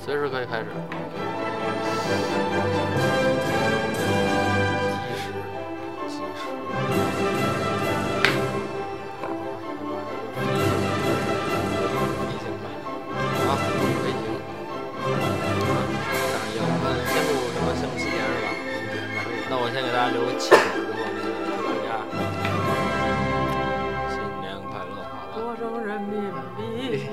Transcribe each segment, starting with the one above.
随时可以开始。基石，基石。地形吧，啊，北京。但是要不然先录什么项目新年是吧？那我先给大家留个气口，如果那个祝大家新年快乐，好吧？多少人民币？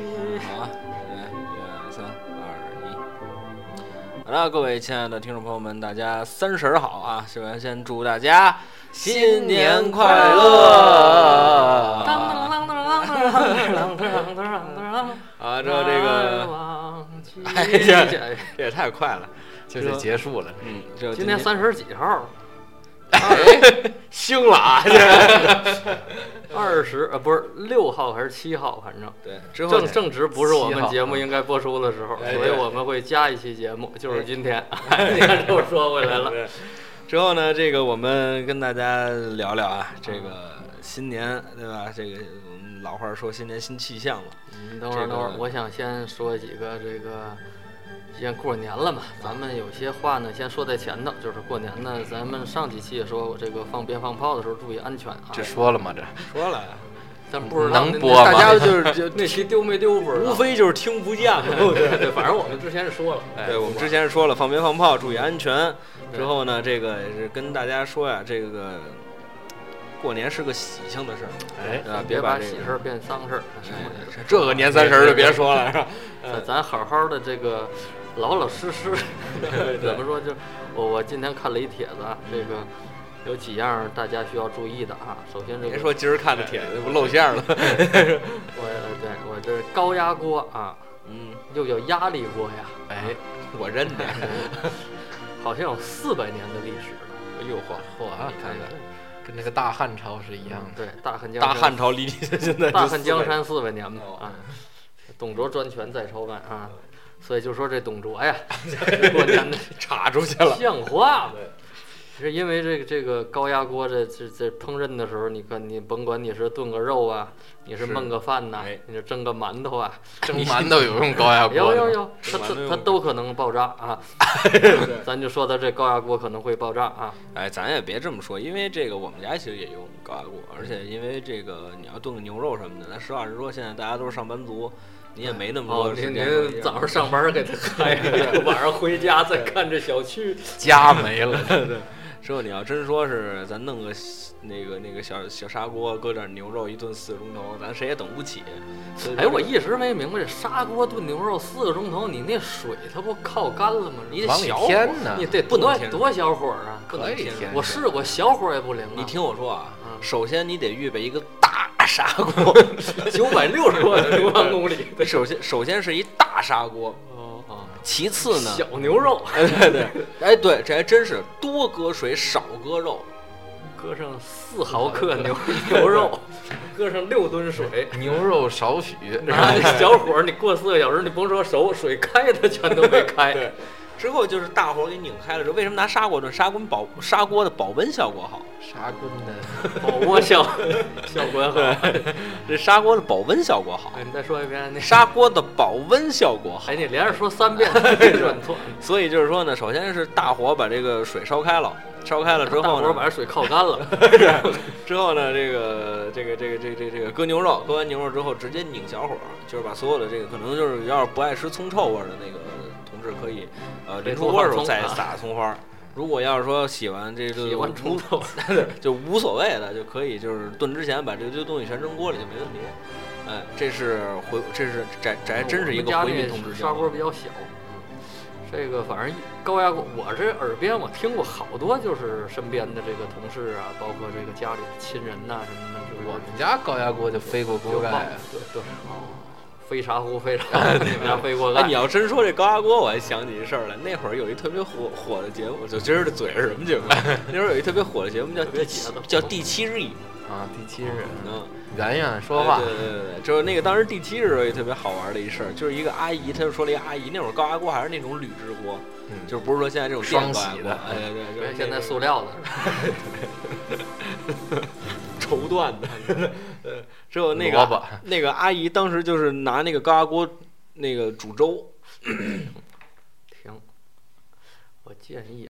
好啊，来，一二三二一。好了，各位亲爱的听众朋友们，大家三十儿好啊！首先先祝大家新年快乐！当当当当当当当当当当当。啊，这这个，个哎呀，这这也太快了，这就结束了，嗯，这今天三十几号？兴了啊！这二十呃不是六号还是七号，反正对，之后正正值不是我7们号节目应该播出的时候，哎所以对我们会加一期节目，就是今天。你看，又说回来了。对之后呢，这个我们跟大家聊聊啊，这个新年对吧？这个我们老话说新年新气象嘛，嗯，等会儿，这个等会儿，我想先说几个这个，先过年了嘛，咱们有些话呢，先说在前头，就是过年呢，咱们上几期也说过，这个放鞭放炮的时候注意安全啊。这说了吗？这说了啊呀，咱不知道能那播那大吗家大 家就是就那期丢没丢不知道无非就是听不见嘛，对不 对？对对，反正我们之前是说了，哎对，我们之前是说了放鞭放炮，注意安全。之后呢，这个也是跟大家说呀，这个过年是个喜庆的事儿，哎，对吧？别啊把把这喜个事儿变丧事儿。啊哎这个年三十儿就别说了，是吧？咱咱好好的这个老老实 实，怎么说就我我今天看了一帖子，啊，这个有几样大家需要注意的啊。首先这 别个说今儿看的帖子不露馅儿了，我对我这高压锅啊，嗯，又叫压力锅呀，哎哎，我认 得。好像有四百年的历史了。哎呦嚯嚯啊！你看看嗯看，看，跟那个大汉朝是一样的。对，大汉江大山汉朝离现在就大汉400江山四百年嘛哦啊，董卓专权在朝外啊，所以就说这董卓哎呀，过年的插出 去了。像话吗？是因为这个这个高压锅这这这烹饪的时候，你看你甭管你是炖个肉啊，你是是焖个饭呐、哎你是蒸个馒头啊，蒸馒头 有用高压锅有的吗有有，它完了它又它都可能爆炸啊！ 咱就说到这高压锅可能会爆炸啊！哎，咱也别这么说，因为这个我们家其实也用高压锅，而且因为这个你要炖个牛肉什么的，咱实话实说，现在大家都是上班族，你也没那么哦多，时您间。啊您早上上班给他 开着，晚上回家再看这小区，家没了，之后你要真说是咱弄个那个那个小小砂锅，搁点牛肉一炖四个钟头，咱谁也等不起。所以哎，我就是一直没明白这砂锅炖牛肉四个钟头，你那水它不靠干了吗？你你得往里小火添呢你得不能多添多小火啊！不能可以添添我试过，小火也不灵啊。你听我说啊，嗯首先你得预备一个大砂 锅，九百六十多平方公 里，首先首先是一大砂锅，哦哦，其次呢，小牛肉哎对对，哎对，这还真是多搁水少搁肉。搁上四毫克牛牛 肉，搁上六吨水。牛肉少 许， 啊，小火儿你过四个小时，你甭说熟，水开的全都没开。 对，之后就是大火给拧开了之后，为什么拿砂锅炖？砂锅保砂锅的保温效果好，啥棍的，保温效效果好。这砂锅的保温效果好，哎，你再说一遍那。砂锅的保温效果好哎，。你连着说三 遍，没转错。所以就是说呢，首先是大火把这个水烧开了，烧开了之大后伙儿呢，把这水靠干了，之后呢，这个这个这个这个这个这个搁牛肉，搁完牛肉之后直接拧小火，就是把所有的这个可能就是要是不爱吃葱臭味儿的那个同志可以，呃，临出锅的时候再撒葱花儿。如果要是说喜欢这个喜欢冲头。就无所谓的，就可以就是炖之前把这些东西全扔锅里就没问题。哎，这是回，这是这这还真是一我个们回家那民同志砂锅比较小，这个反正一高压锅，我这耳边我听过好多，就是身边的这个同事啊，包括这个家里的亲人呐、什么的，就是我们家高压锅就飞过锅就忘盖啊了，对对，飞茶壶飞 茶壶，你们家飞锅哦哎，盖你。要真说这高压锅，我还想起一事儿来。那会儿有一特别火火的节目，就今儿这嘴是什么节目？啊 那会儿有一特别火的节目叫特别第七节目叫第七日，啊！第七哎日，嗯，圆圆说话对，对对对对，就是那个当时第七日也特别好玩的一事儿，就是一个阿姨，她就说了一个阿姨，那会儿高压锅还是那种铝制锅，嗯就是不是说现在这种电双高压喜锅的哎对对，就是现那在种塑料的，绸缎的，嗯 呃，只有那萝卜个那个阿姨当时就是拿那个高压锅那个煮粥，建议